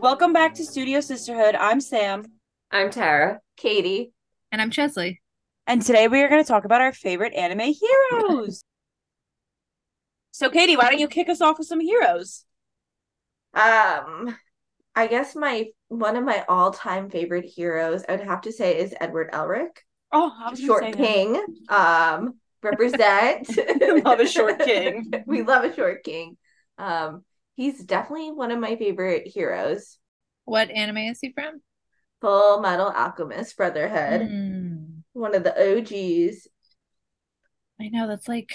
Welcome back to Studio Sisterhood. I'm Sam. I'm Tara. Katie. And I'm Chesley. And today we are going to talk about our favorite anime heroes. so, Katie, why don't you kick us off with some heroes? Um, I guess my one of my all-time favorite heroes, I would have to say, is Edward Elric. Oh, I was gonna say Short him. King. Um, represent. We love a short king. we love a short king. Um, he's definitely one of my favorite heroes. What anime is he from? Full Metal Alchemist Brotherhood. Mm, One of the OGs. I know that's like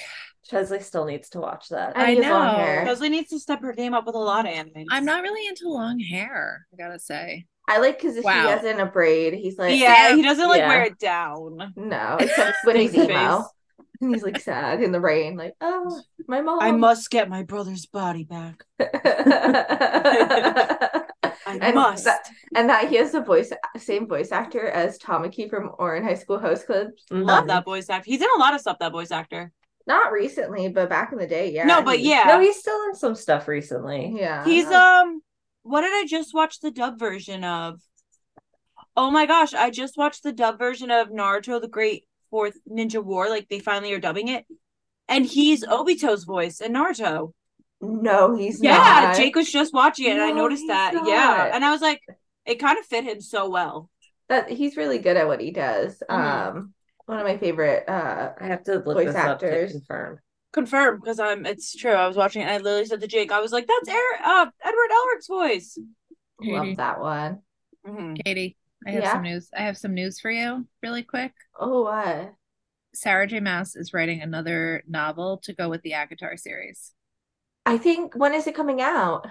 Chesley still needs to watch that. And I he has long know. hair. Leslie needs to step her game up with a lot of anime. I'm not really into long hair. I gotta say. I like because if Wow. he has in a braid, he's like, yeah, he doesn't like Yeah. wear it down. no, except when he's Face. emo. And he's like sad in the rain, like, oh, my mom. I must get my brother's body back. I And must. that- and that he has the voice, same voice actor as Tamaki from Orin High School Host Club. Love that voice actor. He's in a lot of stuff, that voice actor. Not recently, but back in the day, yeah. no, but he- yeah. No, he's still in some stuff recently. yeah. He's um what did I just watch the dub version of? Oh my gosh, I just watched the dub version of Naruto the Great Fourth Ninja War, like they finally are dubbing it. And he's Obito's voice in Naruto. no, he's Yeah, not. Jake was just watching it and I No, noticed he's that. not. Yeah. And I was like, it kind of fit him so well. that he's really good at what he does. Mhm. Um, one of my favorite. Uh, I have to look Voice this up actors. to confirm. Confirm, because I'm it's true. I was watching it and I literally said to Jake, I was like, that's Eric uh, Edward Elric's voice. Mhm. love that one. Mhm. Katie, I have Yeah? some news. I have some news for you, really quick. Oh, what? Sarah J. Mass is writing another novel to go with the Avatar series. I think when is it coming out?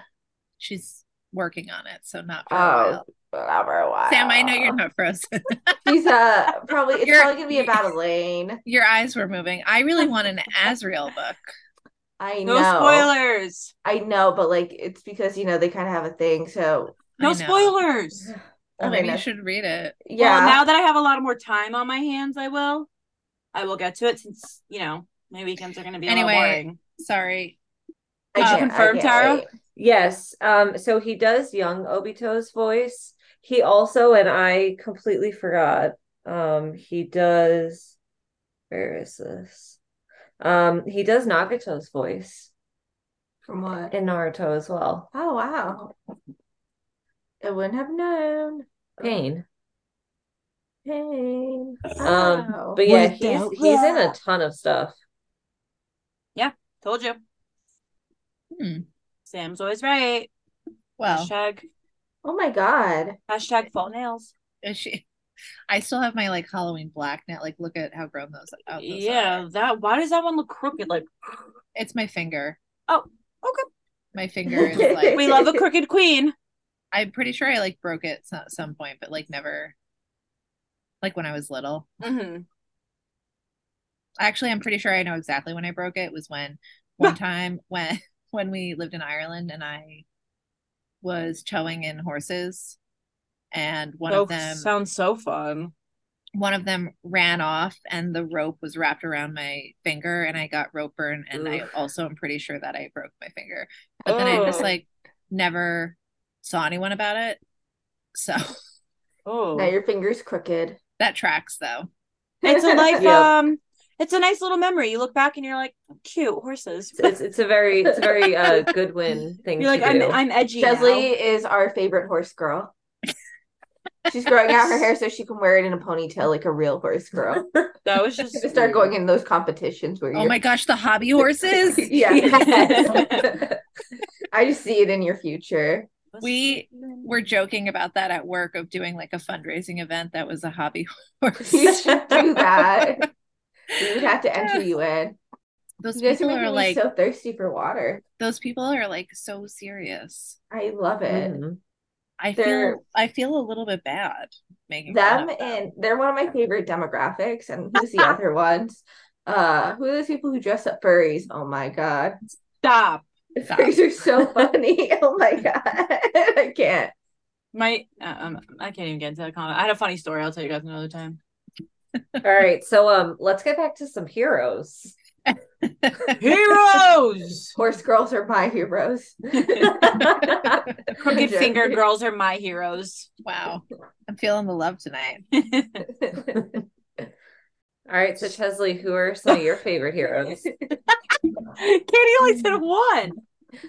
She's working on it, so not for Oh, a while. Not for a while. Sam, I know you're not frozen. She's uh probably it's You're- probably gonna be about Elaine. Your eyes were moving. I really want an Azrael book. I No know. spoilers. I know, but like it's because you know they kind of have a thing. So I No know. spoilers. Well, okay, maybe no- you should read it. yeah. Well, now that I have a lot more time on my hands, I will. I will get to it since you know my weekends are going to be a Anyway, little boring. Sorry. I uh, can't, I confirmed, can't Tara? wait. Yes. Um, so he does young Obito's voice. He also, and I completely forgot, um, he does where is this? Um, he does Nagato's voice From what? in Naruto as well. Oh wow. I wouldn't have known. Pain. Pain. Um, Wow. But yeah, Without he's he's in a ton of stuff. Told you, Hmm. Sam's always right. Well, Hashtag oh my god. hashtag fall nails. is she? I still have my like Halloween black now. Like, look at how grown those. Oh, Out those Yeah, are. that. Why does that one look crooked? Like it's my finger. Oh, okay. My finger is like. we love a crooked queen. I'm pretty sure I like broke it at some point, but like never. Like when I was little. Mm-hmm. Mhm. Actually, I'm pretty sure I know exactly when I broke it. Was when one time when when we lived in Ireland and I was towing in horses, and one Oh, of them sounds so fun. one of them ran off and the rope was wrapped around my finger and I got rope burn and I Oof. also am pretty sure that I broke my finger. But then I just Oh. like never saw anyone about it. So Oh, Now your finger's crooked. that tracks though. it's a life. Yep. Um, it's a nice little memory. You look back and you're like, cute horses. It's it's, it's a very it's a very uh Goodwin thing You're like, to I'm do. I'm edgy. now." Chesley is our favorite horse girl. She's growing out her hair so she can wear it in a ponytail like a real horse girl. That was just to start going in those competitions where Oh you're my gosh, the hobby horses. yeah Yes. i just see it in your future We were joking about that at work of doing like a fundraising event that was a hobby horse. you should do that we would have to enter you in Those you guys are people making are me like so thirsty for water those people are like so serious. i love it Mhm. I They're- feel I feel a little bit bad making fun them of them. and they're one of my favorite demographics and who's the other ones uh who are those people who dress up furries oh my god stop. Stop. furries are so funny oh my god i can't My uh, um, I can't even get into that comment. I had a funny story. I'll tell you guys another time. All right, so um, let's get back to some heroes. Heroes. Horse girls are my heroes. Crooked finger girls are my heroes. wow. I'm feeling the love tonight. All right, so Chesley, who are some of your favorite heroes? Katie only said one.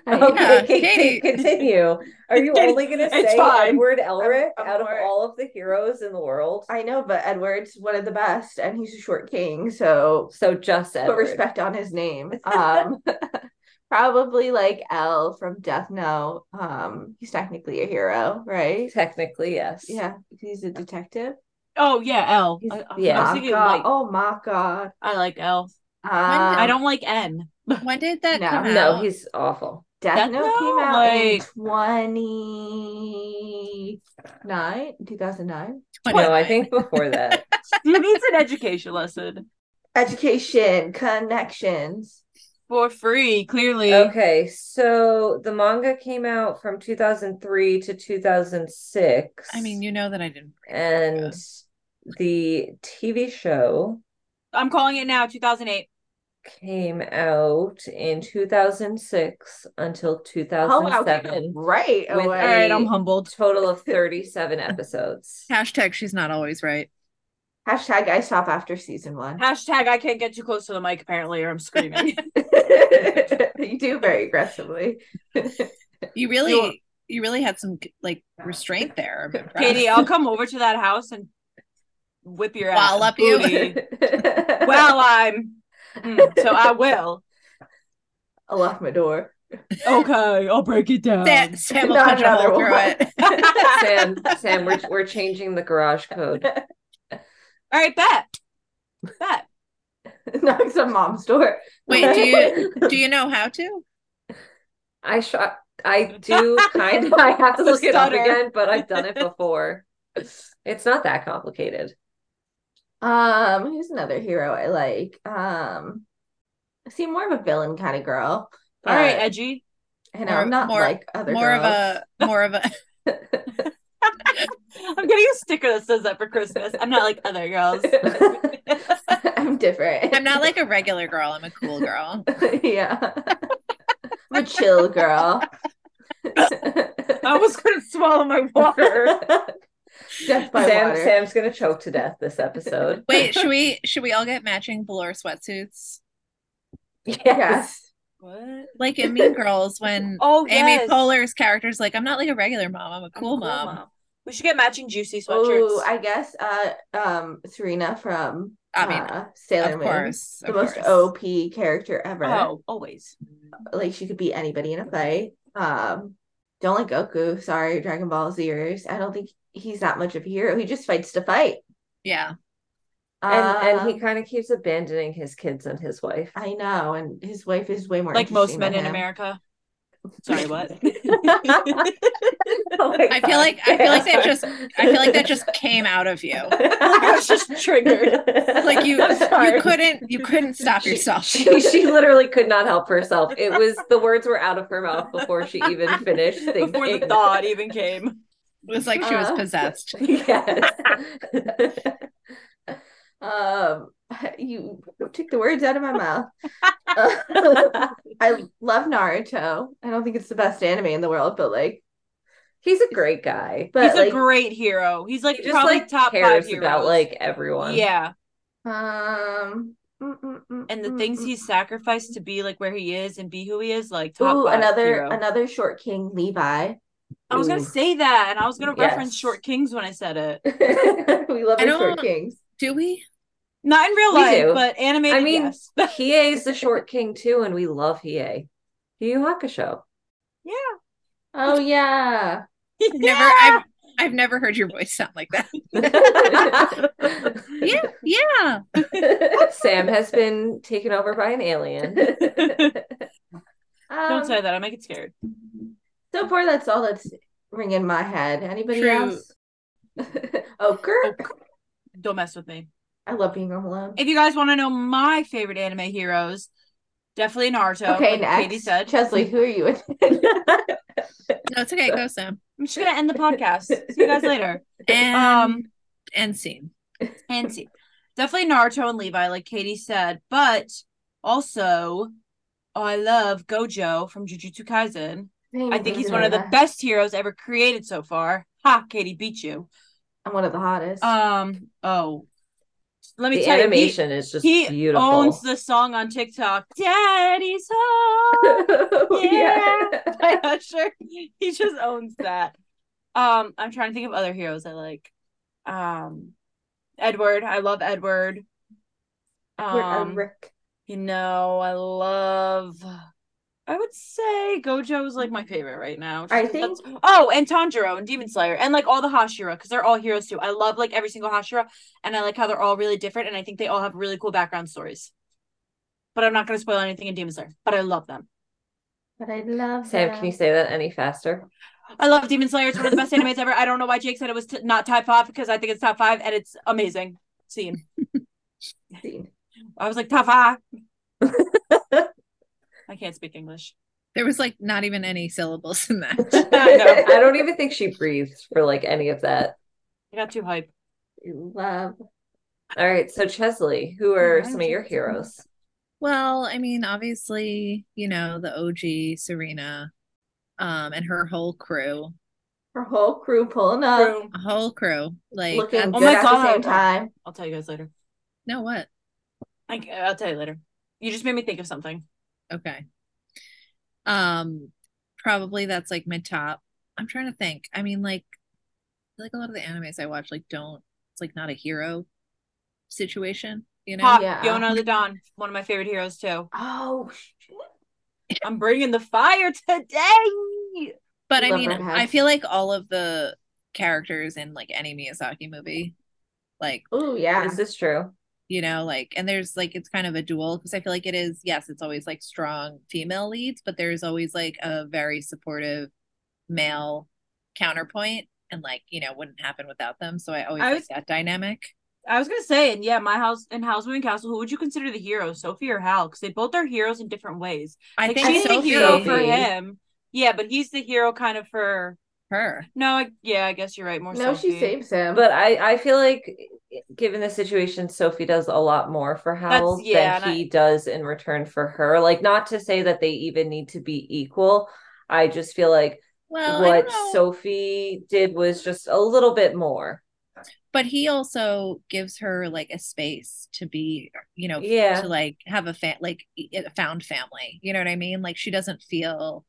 Okay, c- Katie. c- continue. Are you Katie, only going to it's say fine. Edward Elric I'm out of for it. all of the heroes in the world? I know, but Edward's one of the best, and he's a short king, so So just put Edward. respect on his name. Um, probably like L from Death Note. Um, he's technically a hero, right? Technically, yes. Yeah, he's a detective. Oh yeah, L. I He's- I yeah. was My thinking, God. like, Oh my god. I like L. Um, I don't like N. When did that No. come out? No, he's awful. Death, Death Note came Note, out in like- 29, 2009. 29. No, I think before that. he needs an education lesson Education, connections. for free. Clearly, Okay, so the manga came out from 2003 to 2006. I mean, you know that I didn't. bring it and up. the TV show I'm calling it now. 2008. came out in 2006 until Oh, wow. 2007. Right With All right, I'm Hey. humbled. Total of 37 episodes. hashtag she's not always right. Hashtag I stop after season one. Hashtag I can't get too close to the mic apparently, or I'm screaming. you do very aggressively. You really, You're- you really had some like restraint there. I'm impressed. Katie, I'll come over to that house and whip your ass. Wallop you. booty. well, I'm. Mm, so I will. I lock my door. Okay, I'll break it down. Sam, Sam will Not punch a another hole through one. it. Sam, Sam, we're, we're changing the garage code. All right, bet. Bet. Knocks on mom's door. Wait, do you do you know how to? I shot. I do kind of. I have to The look it up stutter. again, but I've done it before. It's not that complicated. Um, who's another hero I like? Um, I see more of a villain kind of girl. All right, but- edgy. I know, More- I'm not more- like other More of girls. a more of a I'm getting a sticker that says that for Christmas. I'm not like other girls. I'm different. I'm not like a regular girl, I'm a cool girl. yeah. I'm a chill girl. I was gonna swallow my water. Death by Sam, water. Sam's gonna choke to death this episode. Wait, should we should we all get matching velour sweatsuits? Yes. Yes. What? Like in Mean Girls when Oh, Amy yes. Poehler's character's like, I'm not like a regular mom, I'm a I'm cool, mom. We should get matching juicy sweatshirts. Oh, I guess uh um Serena from I mean, uh, Sailor Of Moon. course. The of most course. OP character ever. oh, always. Like she could beat anybody in a fight. Um don't like Goku, sorry, Dragon Ball Zers. I don't think he's that much of a hero. He just fights to fight. Yeah. And and Um, he kind of keeps abandoning his kids and his wife. I know, and his wife is way more Like most interesting men than in him. America. Sorry, what? Oh my I feel like I feel like that just I feel like that just came out of you. I was just triggered. Like you I'm sorry. you couldn't you couldn't stop She- yourself. she, she literally could not help herself. It was the words were out of her mouth before she even finished thinking. Before the thought even came. It was like she was Uh, possessed. Yes. Um, you took the words out of my mouth. I love Naruto. I don't think it's the best anime in the world, but like, He's a great guy. but He's a like, great hero. He's like He just probably like top cares five heroes. about like everyone. yeah, um, mm, mm, mm, and the mm, things mm. he's sacrificed to be like where he is and be who he is, like top Ooh, five another hero. another short king, Levi. I was gonna Ooh. say that, and I was gonna reference Yes. Short Kings when I said it. we love I our short don't- kings. Do we? Not in real We life, do. but animated. I mean, yes. Hiei is the short king too, and we love Hiei. Yu Yu Hakusho. yeah. Oh yeah. I've never I've I've never heard your voice sound like that. Yeah, yeah. Sam has been taken over by an alien. Don't Um, say that. I might get scared. So far, that's all that's ringing in my head. Anybody True. else? oh, Kirk. Don't mess with me. I love being home alone. If you guys want to know my favorite anime heroes, definitely Naruto. okay, like next. uh, Katie said. Chesley, who are you? with? No, it's okay. Go Sam. I'm just gonna end the podcast. See you guys later. And Um, and scene. and see. Definitely Naruto and Levi, like Katie said, but Also, oh, I love Gojo from Jujutsu Kaisen. I think he's one of the best heroes ever created so far. Ha, Katie beat you. I'm one of the hottest. Um, oh, let me The tell animation is you, just he, he beautiful. owns the song on TikTok. Daddy's home. yeah. by Usher. He just owns that. Um, I'm trying to think of other heroes I like. Um, Edward. I love Edward. Um, Rick. you know, I love. I would say Gojo is like my favorite right now. Mm-hmm. I Just 'cause think that's- Oh, and Tanjiro and Demon Slayer and like all the Hashira because they're all heroes too. I love like every single Hashira, and I like how they're all really different, and I think they all have really cool background stories. But I'm not going to spoil anything in Demon Slayer. But I love them. but I love Sam, can you say that any faster? I love Demon Slayer. It's one of the best animes ever. I don't know why Jake said it was t- not top five because I think it's top five and it's amazing. Scene. you I was like top five. I can't speak English. There was like not even any syllables in that. I know. I don't even think she breathes for like any of that. I got too hype. love All right, so Chesley, who are Alright, some of your Chesley. heroes? Well, I mean, obviously, you know, the OG Serena, um, and her whole crew, her whole crew pulling up, Room. a whole crew. Like, looking that's- Oh good my at the God. same time. I'll tell you guys later. no, what? I, I'll tell you later. You just made me think of something. Okay. Um, probably that's like mid top. I'm trying to think. I mean, like, I feel like a lot of the animes I watch, like, don't. It's like not a hero situation, you know. Pop, Yeah. Yona the Don, one of my favorite heroes too. Oh shit. I'm bringing the fire today. But I Love mean, Red Hood. I feel like all of the characters in like any Miyazaki movie, like Oh yeah. This is true. you know, like, and there's like it's kind of a duel because I feel like it is. Yes, it's always like strong female leads, but there's always like a very supportive male counterpoint, and like you know, wouldn't happen without them. So I always I like was- that dynamic. I was gonna say, and yeah, my house and Housewarming Castle. Who would you consider the hero, Sophie or Hal? Because they both are heroes in different ways. I Like think she's Sophie, the hero for Sophie. him. Yeah, but he's the hero kind of for her. no. I, yeah, I guess you're right. More No, Sophie. she saves him. But I, I feel like given the situation, Sophie does a lot more for Howell yeah, and than I- he does in return for her. Like not to say that they even need to be equal. I just feel like Well, I don't what know. Sophie did was just a little bit more. but he also gives her like a space to be you know Yeah. to like have a fa- like e, a found family you know what i mean like she doesn't feel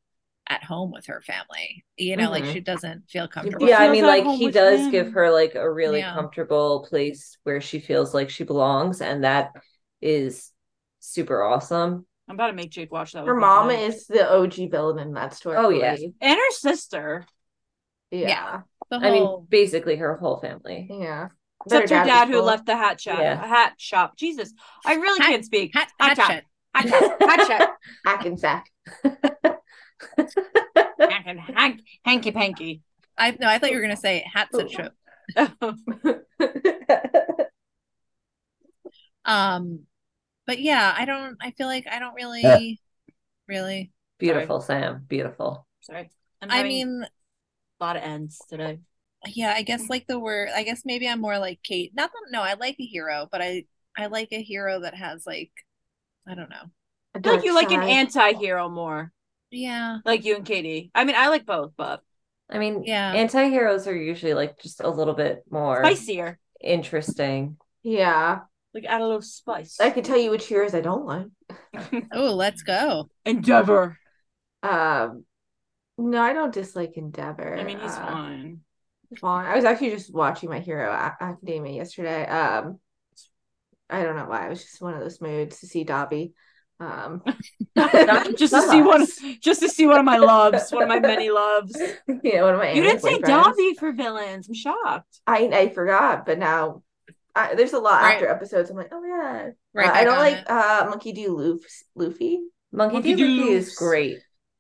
at home with her family you know like Mhm. she doesn't feel comfortable Well, yeah, she I was mean, at like home he with does him. give her like a really Yeah. comfortable place where she feels like she belongs, and that is super awesome. I'm about to make Jake watch that. with her me mom tonight. is the OG villain in that story. Oh, yeah. and her sister, Yeah. the I mean, whole basically her whole family. Yeah. But except her was dad who cool. left the hat shop. Yeah. Hat shop. Jesus, I really Hat- can't speak. hat, Hot hat shot. shot. Hat shop. Hat shop. Hackensack. Hank and Hank, hanky panky. i no i thought you were gonna say hat Ooh. set show I um but yeah i don't i feel like i don't really really Beautiful, Sam. Beautiful. Sorry. I'm i having mean a lot of ends today. yeah i guess like the word i guess maybe i'm more like kate not that no i like a hero but i i like a hero that has like i don't know I I feel like you like an anti-hero more, yeah like you and Katie. I mean, I like both, but I mean, Yeah. anti-heroes are usually like just a little bit more spicier. interesting. Yeah. Like add a little spice. I can tell you which heroes I don't like. oh let's go Endeavor. Um no, I don't dislike Endeavor. I mean, he's Uh, fine. Vaughn. I was actually just watching My Hero A- Academia yesterday. Um, I don't know why. It was just one of those moods to see Dobby. Um, just to see one, just to see one of my loves, one of my many loves. You you know, one of my didn't say boyfriends. Dobby for villains. I'm shocked. I I forgot, but now I, there's a lot Right. after episodes. I'm like, oh yeah. right Uh, I back don't on like it. uh Monkey D. Loof- Luffy. Monkey Monkey D. Luffy Doo. is great.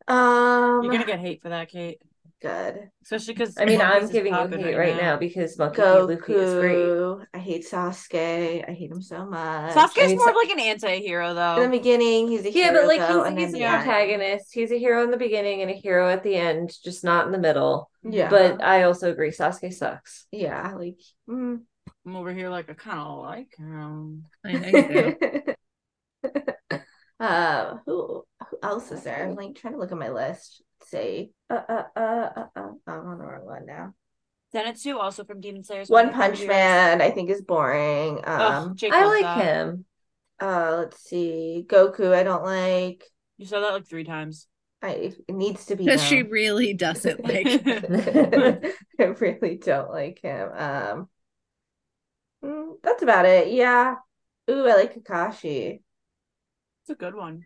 Um, You're gonna get hate for that, Kate. good. Especially because I mean, I'm giving you hate right now because Monkey D. Luffy is great. Goku. I hate Sasuke. I hate him so much. Sasuke's I mean, more Sa- of like an anti-hero though. In the beginning, he's a Yeah, hero, but like though, he's and he's then an the end. antagonist. He's a hero in the beginning and a hero at the end, just not in the middle. Yeah, But I also agree, Sasuke sucks. yeah, like mm. I'm over here like I kind of like him. I know you do. Uh, who who else is there? I'm like trying to look at my list. Say, uh, uh, uh, uh, uh. oh, I'm on the wrong one now. Zenitsu, also from Demon Slayer's One Punch Man, I think, is boring. Ugh, Um, Jake I loves like that. him. uh, let's see, Goku, I don't like. You said that like three times. I it needs to be. Because known. she really doesn't like him. I really don't like him. Um, mm, that's about it. Yeah. Ooh, I like Kakashi. It's a good one.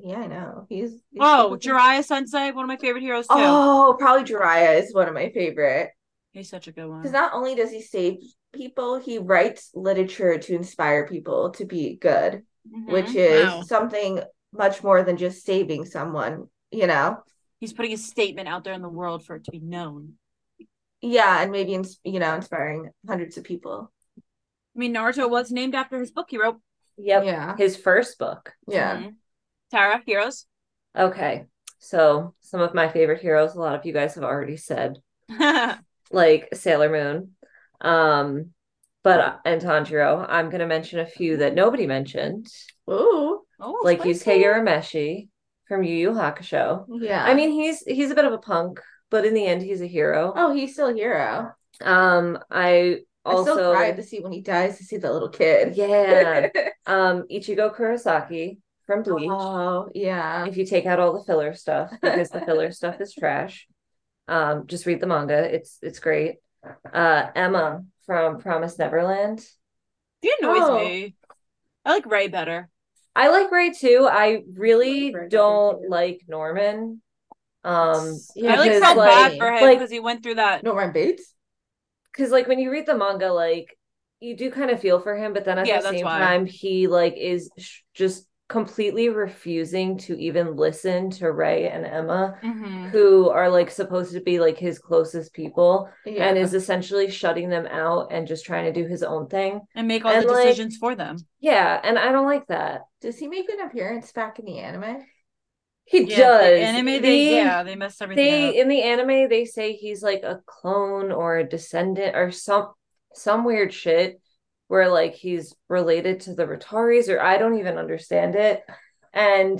Yeah, I know. He's, he's Oh, super- Jiraiya Sensei, one of my favorite heroes too. Oh, probably Jiraiya is one of my favorite. He's such a good one. Because not only does he save people, he writes literature to inspire people to be good, Mhm. which is Wow. something much more than just saving someone, you know? He's putting a statement out there in the world for it to be known. Yeah, and maybe, ins- you know, inspiring hundreds of people. I mean, Naruto was named after his book he wrote. Yep. Yeah. His first book. Yeah. Mhm. Tara, heroes. Okay. So some of my favorite heroes, a lot of you guys have already said, I like Sailor Moon. Um, but and Tanjiro. I'm gonna mention a few that nobody mentioned. Ooh. Oh, Like spicy. Yusuke Urameshi from Yu Yu Hakusho. Yeah. I mean, he's he's a bit of a punk, but in the end he's a hero. oh, he's still a hero. Um, I I still also cried to see when he dies to see the little kid. yeah. um, Ichigo Kurosaki from Bleach. oh, yeah. If you take out all the filler stuff, because the filler stuff is trash. Um, just read the manga. It's it's great. Uh, Emma from Promise Neverland. She annoys Oh. me. I like Ray better. I like Ray too. I really Like Ray better, don't too. like Norman. Um, Yeah, I like because, felt like- bad for him like- because he went through that. Norman Bates? because like when you read the manga like you do kind of feel for him but then at Yeah, the that's same why. time he like is sh- just completely refusing to even listen to ray and emma Mhm. who are like supposed to be like his closest people Yeah. and is essentially shutting them out and just trying to do his own thing and make all And, the like- decisions for them. yeah and i don't like that Does he make an appearance back in the anime? he Yeah, does The anime, The- they, yeah, they messed everything up. they in the anime they say he's like a clone or a descendant or some some weird shit where like he's related to the Rataris or I don't even understand it and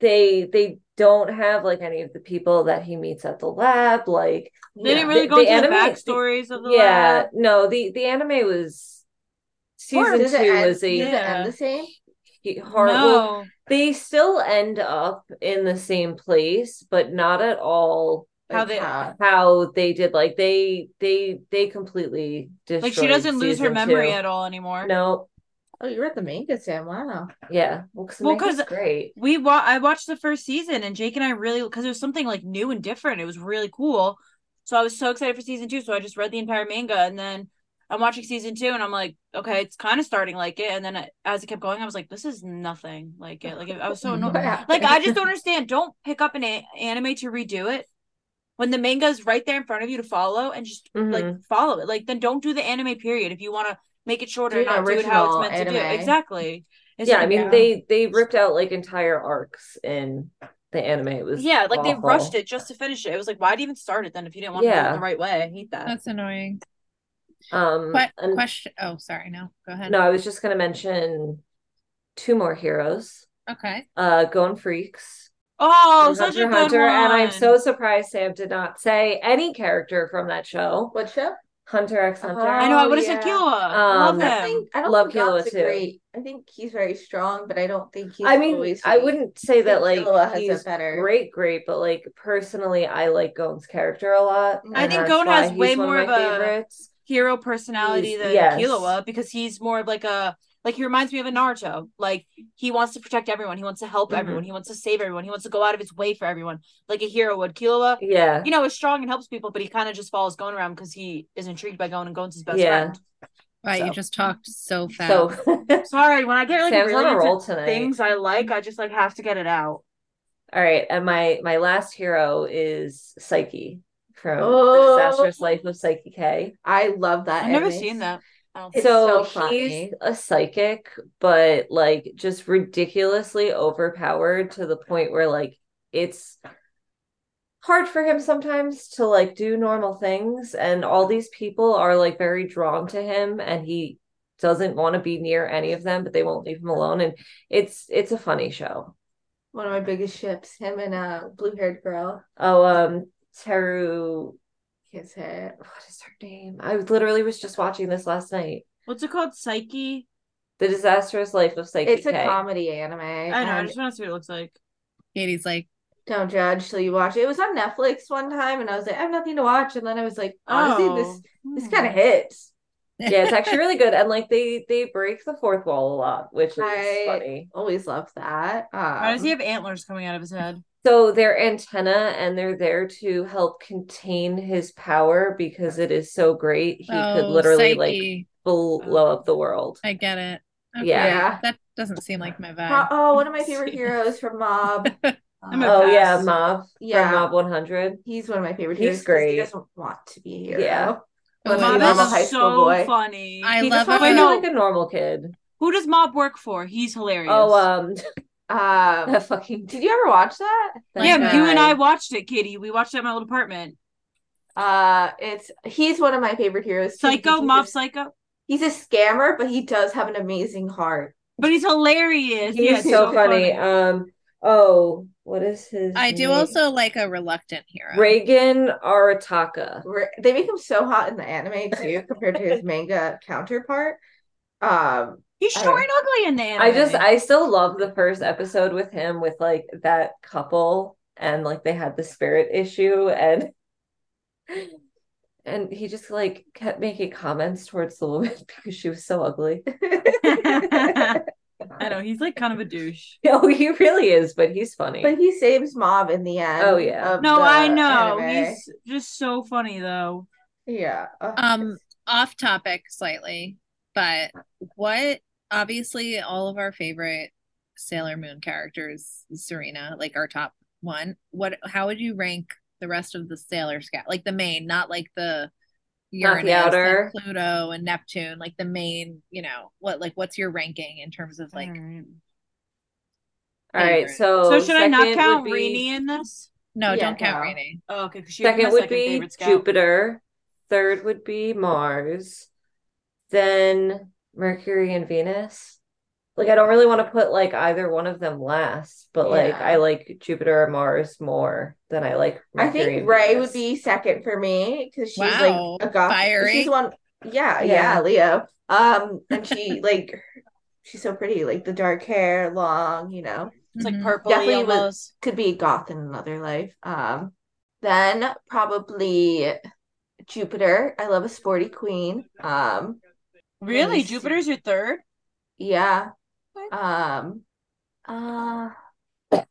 they they don't have like any of the people that he meets at the lab like They didn't Yeah. really The- go the into the anime- backstories of the yeah lab. no the the anime was season Does two it end, was a does it end the same? he- horrible No, they still end up in the same place but not at all Like, How they- uh, how they did like they they they completely destroyed like she doesn't lose her season memory two. at all anymore. no oh, you read the manga, Sam. Wow. yeah well because Well, well, 'cause- great We wa- I watched the first season and Jake and I really because it was something like new and different. It was really cool. So I was so excited for season two. So I just read the entire manga and then I'm watching season two and I'm like, okay, it's kind of starting like it. And then I- as it kept going, I was like, this is nothing like it. Like I was so annoyed. Wow. Like I just don't understand. Don't pick up an a- anime to redo it when the manga is right there in front of you to follow and just Mhm. like follow it. Like then don't do the anime period if you want to make it shorter Do and an not do it how it's original meant to do. anime. Exactly. It's yeah like- i mean yeah. they they ripped out like entire arcs in the anime it was yeah, like they awful. rushed it just to finish it. It was like, why do you even start it then if you didn't want to do it Yeah. the right way? I hate that. That's annoying. um But and- question. Oh, sorry. No, go ahead. no i was just gonna mention two more heroes Okay. uh gone freaks oh, from such a Hunter good x Hunter, and I'm one. so surprised Sam did not say any character from that show. What show? Hunter X Hunter. Uh-huh. I know. I Oh, would have said yeah. Killua. Love Um, him. I, think, I don't Love think Goku's Killua, a too. Great. I think he's very strong, but I don't think he's I mean, always I like- wouldn't say that like Killua has he's a better. great, great, but like personally, I like Gon's character a lot. I and think that's Gon why has way he's one more my of a- favorites. Hero personality He's- than yes. Killua because he's more of like a like he reminds me of a Naruto. Like he wants to protect everyone. He wants to help Mhm. everyone. He wants to save everyone. He wants to go out of his way for everyone, like a hero would. Killua, Yeah, you know, is strong and helps people, but he kind of just follows Gon around because he is intrigued by Gon and Gon's his best Yeah. friend. Wow, you So- just talked so fast. so Sorry, when I get like Sam's really on a into roll tonight. things I like, I just like have to get it out. All right, and my my last hero is Psyche from Oh. The Disastrous Life of Psyche K. I love that. I've never anime. seen that. I don't It's think so, so funny. he's a psychic, but like just ridiculously overpowered to the point where like it's hard for him sometimes to like do normal things and all these people are like very drawn to him and he doesn't want to be near any of them but they won't leave him alone and it's it's a funny show One of my biggest ships, him and uh blue haired girl. Oh, um, Teru. His hair. What is her name? I literally was just watching this last night. What's it called? Psyche. The Disastrous Life of Psyche It's a K. comedy anime. I know. I and just want to see what it looks like. Katie's like, don't judge till you watch it. It was on Netflix one time and I was like, I have nothing to watch. And then I was like, honestly, this this Hmm. kind of hits. yeah, it's actually really good, and like they they break the fourth wall a lot, which is I- funny. Always loved that. Um, Hmm. Why does he have antlers coming out of his head? So they're antenna, and they're there to help contain his power because it is so great. He oh, could literally like Psyche. Oh, blow up the world. I get it. Okay. Yeah. That doesn't seem like my pro- vibe. oh, one of my favorite heroes from Mob. Um, I'm a- Oh yeah, pass. Mob Yeah. from Mob One Hundred. He's one of my favorite He's heroes. 'cause great. He doesn't want to be a hero. Yeah. But Mob he's a Mob high is school so boy. funny. I He love just how wants to be no. like a normal kid. Who does Mob work for? He's hilarious. Oh, um, Um, that fucking. did you ever watch that? that yeah, Like you and I guy. watched it, Katie. We watched it at my old apartment. Uh, it's he's one of my favorite heroes. too, because Psycho, he's Mob a- Psycho. He's a scammer, but he does have an amazing heart. But he's hilarious. He's yeah, so, funny. Um, oh, what is his? I do name? also like a reluctant hero. Reagan Arataka. Re- They make him so hot in the anime too, compared to his manga counterpart. Um, He's I short and ugly in the anime. I just I still love the first episode with him with like that couple and like they had the spirit issue and and he just like kept making comments towards the woman because she was so ugly. I know he's like kind of a douche. No, he really is, but he's funny. but he saves Mob in the end. Oh, yeah. of No, the I know anime. he's just so funny though. yeah. Ugh, Um, off topic slightly, but what obviously all of our favorite Sailor Moon characters, Serena, like our top one. What how would you rank the rest of the Sailor Scout? Like the main, not like the Not the Uranus and outer. Pluto and Neptune, like the main, you know, what like what's your ranking in terms of Mm. like Alright. All right, favorite. so so should I not oh, second would count be- Rainy in this? no, Yeah, don't count no. Rainy. Oh, okay, because she's my Second second would be favorite scout. Jupiter. Third would be Mars. Then Mercury and Venus. Like I don't really want to put like either one of them last, but like Yeah. I like Jupiter or Mars more than I like I Mercury. think and Ray Venus. would be second for me because she's Wow, like a goth. fiery. She's one. Yeah, yeah, Yeah. Leo. Um, and she like she's so pretty, like the dark hair, long. You know, It's like Mm-hmm. Mhm. purple. Definitely was- almost. could be a goth in another life. Um, then probably Jupiter. I love a sporty queen. Um, Really, Let's see. Jupiter's your third? yeah. Okay. Um, uh,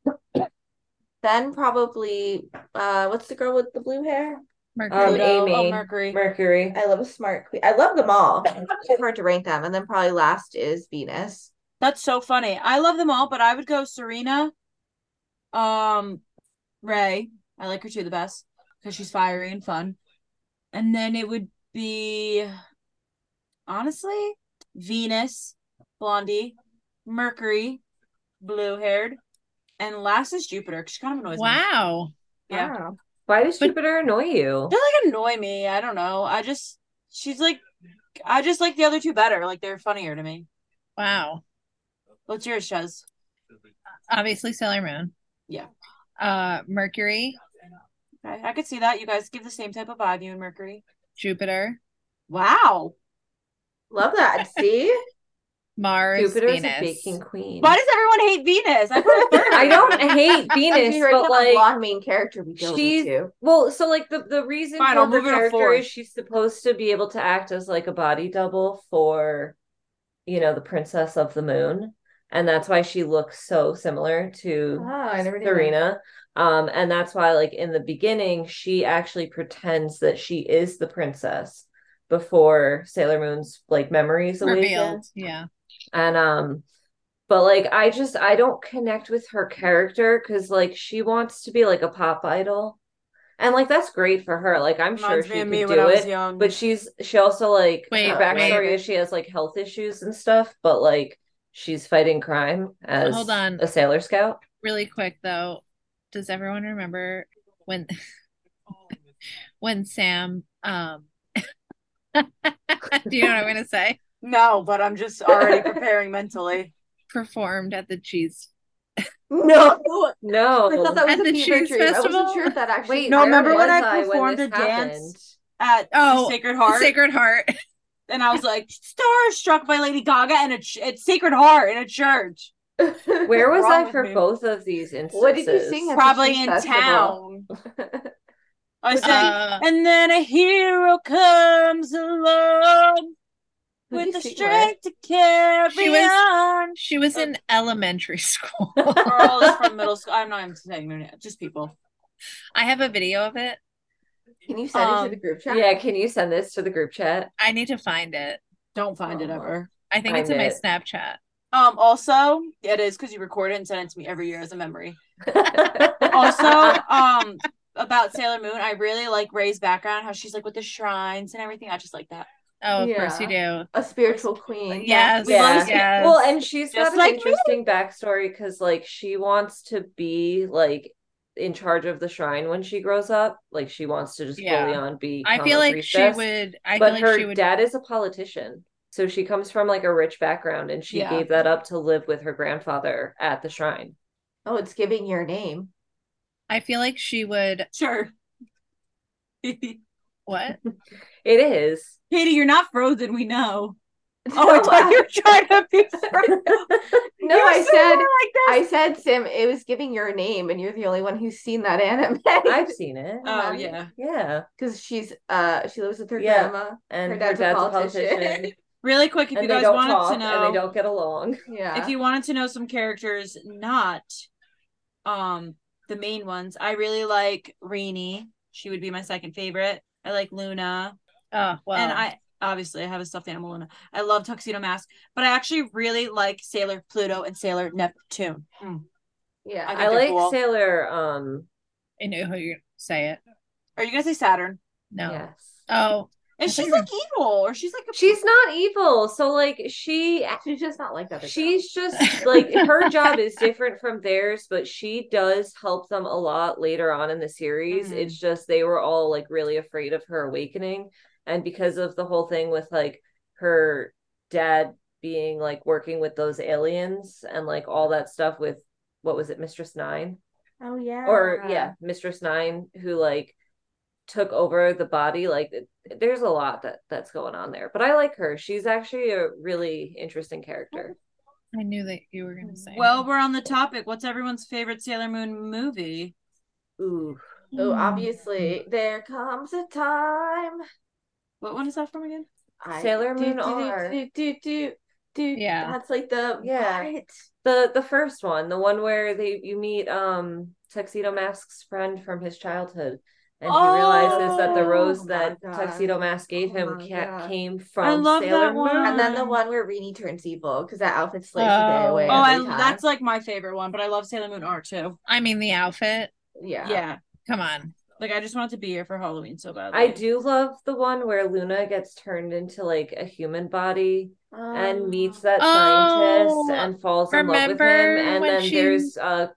then probably uh, what's the girl with the blue hair? Mercury. Um, Amy. Oh, Mercury. Mercury. I love a smart queen. I love them all. It's hard to rank them. And then probably last is Venus. That's so funny. I love them all, but I would go Serena, um, Ray. I like her too the best because she's fiery and fun. And then it would be, honestly, Venus, Blondie, Mercury, blue haired, and last is Jupiter. 'cause She kind of annoys me. wow. Yeah, Wow. Why does But- Jupiter annoy you? they like annoy me. I don't know. I just she's like, I just like the other two better. Like they're funnier to me. Wow. What's yours, Shaz? Obviously Sailor Moon. Yeah. Uh Mercury, Okay, I could see that. You guys give the same type of vibe, you and Mercury. Jupiter, Wow. Love that. See? Mars, Jupiter is a Venus. baking queen. Why does everyone hate Venus? I put her third. I don't hate Venus, Venus, we already but have a like blonde main character we go she's- into. Well, so like the the reason Fine, I'll for her move it to character fourth. is she's supposed to be able to act as like a body double for, you know, the princess of the moon, and that's why she looks so similar to Ah, I never Serena. Um, and that's why like in the beginning she actually pretends that she is the princess before Sailor Moon's like memories awaken. Revealed. Yeah. And um, but like I just I don't connect with her character because like she wants to be like a pop idol, and like that's great for her. Like I'm sure Reminds she me of me could when I do was it, young. but she's she also like Wait, her wait. backstory is she has like health issues and stuff, but like she's fighting crime as Hold on. a Sailor Scout. Really quick though, does everyone remember when when Sam um do you know what I'm gonna say? no, but I'm just already preparing mentally. Performed at the cheese No, No, no. I thought that was At a the fever Cheers dream. I Festival? wasn't sure if that actually. No, where remember when was I performed this a dance? at happened? Oh, the Sacred Heart, Sacred Heart. and I was like starstruck by Lady Gaga and a ch- at Sacred Heart in a church, Where was Wrong I with for me. both of these instances? What did you sing at- That's a probably in cheese festival. town. I Was sang, Uh, and then a hero comes along Who'd with you the sing with? strength to carry She was- on. she was in elementary school. Girls from middle school. I'm not even saying their name, just people. I have a video of it. Can you send it Um, to the group chat? yeah, can you send this to the group chat? I need to find it. Don't find it Oh. ever. I think it's in Find my it. Snapchat. Um. Also, it is because you record it and send it to me every year as a memory. also also, um about Sailor Moon, I really like Ray's background, how she's like with the shrines and everything. I just like that. Oh, of course you do. A spiritual queen. Yes, we love- yes. Well, and she's Just got like an interesting backstory because, like, she wants to be like in charge of the shrine when she grows up. Like, she wants to just Yeah. fully on be. I feel Kama like she priestess. would. I but feel her like she would. dad is a politician. So she comes from like a rich background and she Yeah. gave that up to live with her grandfather at the shrine. Oh, it's giving your name. I feel like she would. Sure. Katie, What? It is. you're not frozen, we know. Oh, I No, thought you were trying to be frozen. No, You were I sitting said there like this. I said Sim, it was giving your name, and you're the only one who's seen that anime. I've seen it. Oh Um, yeah. Yeah. Because she's uh she lives with her Yeah. grandma. And Her dad's a politician. Really quick, if and you they guys don't wanted talk to know and they don't get along. Yeah. if you wanted to know some characters not um the main ones, I really like Rainy. She would be my second favorite. I like Luna. Oh well. And I obviously I have a stuffed animal and I love Tuxedo Mask, but I actually really like Sailor Pluto and Sailor Neptune. yeah. I I think they're like cool. Sailor um I know who you're gonna say it. Are you gonna say Saturn? No. yes. Oh, And I thought she's you like evil, or she's like a She's not evil. So like she She's just not like other girls. she's just like her job is different from theirs but she does help them a lot later on in the series Mm-hmm. Mhm. it's just they were all like really afraid of her awakening and because of the whole thing with like her dad being like working with those aliens and like all that stuff with what was it mistress nine Oh yeah. or yeah mistress nine who like took over the body like th- there's a lot that that's going on there but i like her she's actually a really interesting character I knew that you were gonna say. well. it. We're on the topic. What's everyone's favorite Sailor Moon movie? ooh Oh, Hmm. obviously, there comes a time. What one is that from again? I- Sailor do, Moon do, do, R. do, do, do, do. Yeah. That's like the Yeah. what? the the first one the one where they you meet um tuxedo mask's friend from his childhood and he realizes that the Oh rose my that God. tuxedo mask gave Oh him my ca- God. came from love Sailor that one. Moon. And then the Um, one where Rini turns evil because that outfit slays the day Oh. away. Yeah, oh, I every time. that's like my favorite one, but I love Sailor Moon R too. I mean the outfit. yeah. Yeah. Come on. like I just wanted to be here for Halloween so badly. i do love the one where luna gets turned into like a human body and Um, meets that Oh, scientist and falls in love with him remember and when then she- there's uh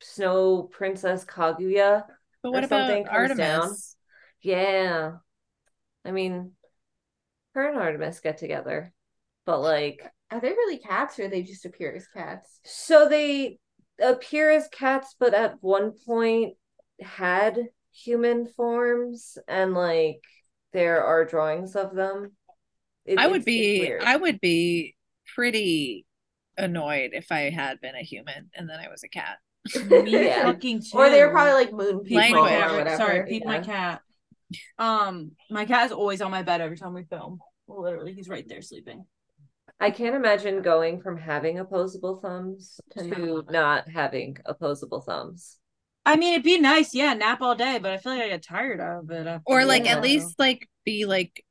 snow princess kaguya But Or what something about comes down. Artemis? Yeah. I mean, her and Artemis get together, but like, Are they really cats or they just appear as cats? so they appear as cats, but at one point had human forms, and like, there are drawings of them. It- I would it's- it's be. weird. I would be pretty annoyed if I had been a human and then I was a cat. Me Yeah. fucking too. Or they were probably like moon people Peep my Language. or cat. whatever. Sorry, peep my Yeah. cat. Um, my cat is always on my bed every time we film. Literally, he's right there sleeping. I can't imagine going from having opposable thumbs To to not. not having opposable thumbs. I mean, it'd be nice, yeah, nap all day, but I feel like I get tired of it. After Or like Yeah. at least like be like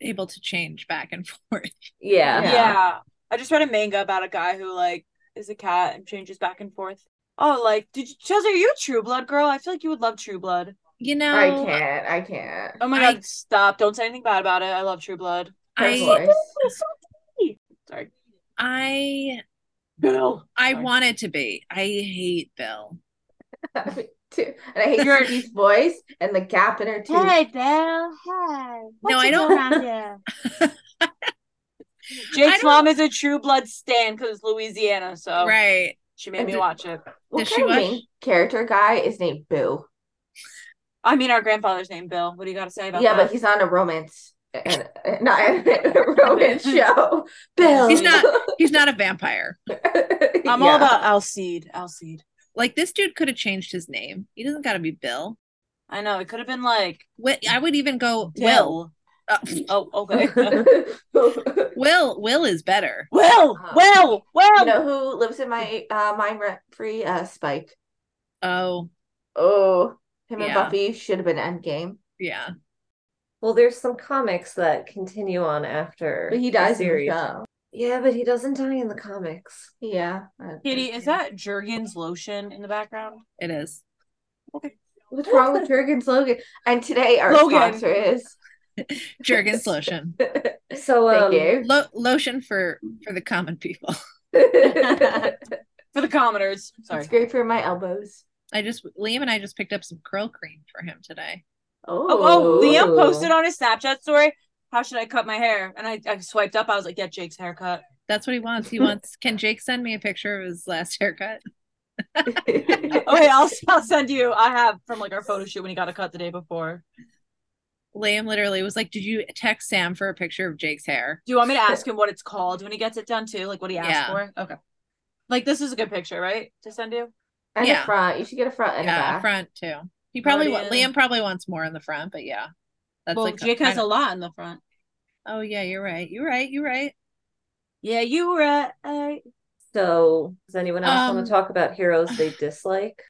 able to change back and forth. Yeah. yeah. I just read a manga about a guy who like is a cat and changes back and forth. Oh, like did you, Chelsea? Are you a True Blood girl? I feel like you would love True Blood. You know, I can't. I can't. Oh my I- god, stop! Don't say anything bad about it. I love True Blood. Her I voice. Sorry, I Bill. I Sorry. wanted to be. I hate Bill. too. And I hate You're- Suki's voice and the gap in her teeth. Bill. Hey. What I you don't- doing around here? I Jake's don't- Oh. mom is a True Blood stan because Louisiana. So Right. She made me watch it. What Does kind she of watch- main character guy is named Boo? I mean, our grandfather's name, Bill. What do you got to say about yeah, that? but he's on a romance and not a romance show. Bill. Um, He's not- He's not a vampire. I'm all about Alcide. Alcide. Like this dude could have changed his name. He doesn't got to be Bill. I know it could have been like Wi- I would even go Will. Will. Uh, Oh, okay. Uh-huh. about Will Will is better. Will, Uh, Will, Will. You know who lives in my uh mind rent free? Uh Spike. Oh Oh, him and Yeah. Buffy should have been endgame. yeah. Well, there's some comics that continue on after But he dies the in the series. show. Yeah, but he doesn't die in the comics. Yeah. I- Kitty, is that Jergens lotion in the background? It is. What's wrong with Jurgen's Logan? And today our Logan. sponsor is Jergens lotion. So um, Thank you. Lo- lotion for for the common people. it's For the commoners. Sorry. great for my elbows. I just Liam and I just picked up some curl cream for him today. Oh, Oh, oh, Liam posted on on his Snapchat story, how should I cut my hair? And I, I swiped up. I was like, get Jake's haircut. That's what he wants. He wants. Can Jake send me a picture of his last haircut? Oh. Okay, I'll, I'll send you. I have from like our photo shoot when he got a cut the day before. Liam literally was like, "Did you text Sam for a picture of Jake's hair?" Do you want me to ask him what it's called when he gets it done too? Like what he asked Yeah. for? Okay. Like this is a good picture, right? To send you? and Yeah. a front. You should get a front and a yeah, back. front too. He probably wa- yeah. Liam probably wants more in the front, but yeah, that's well, like Jake kind has a of- lot in the front. Oh yeah, you're right. You're right. You're right. Yeah, you were at. I- so does anyone else Um, want to talk about heroes they dislike?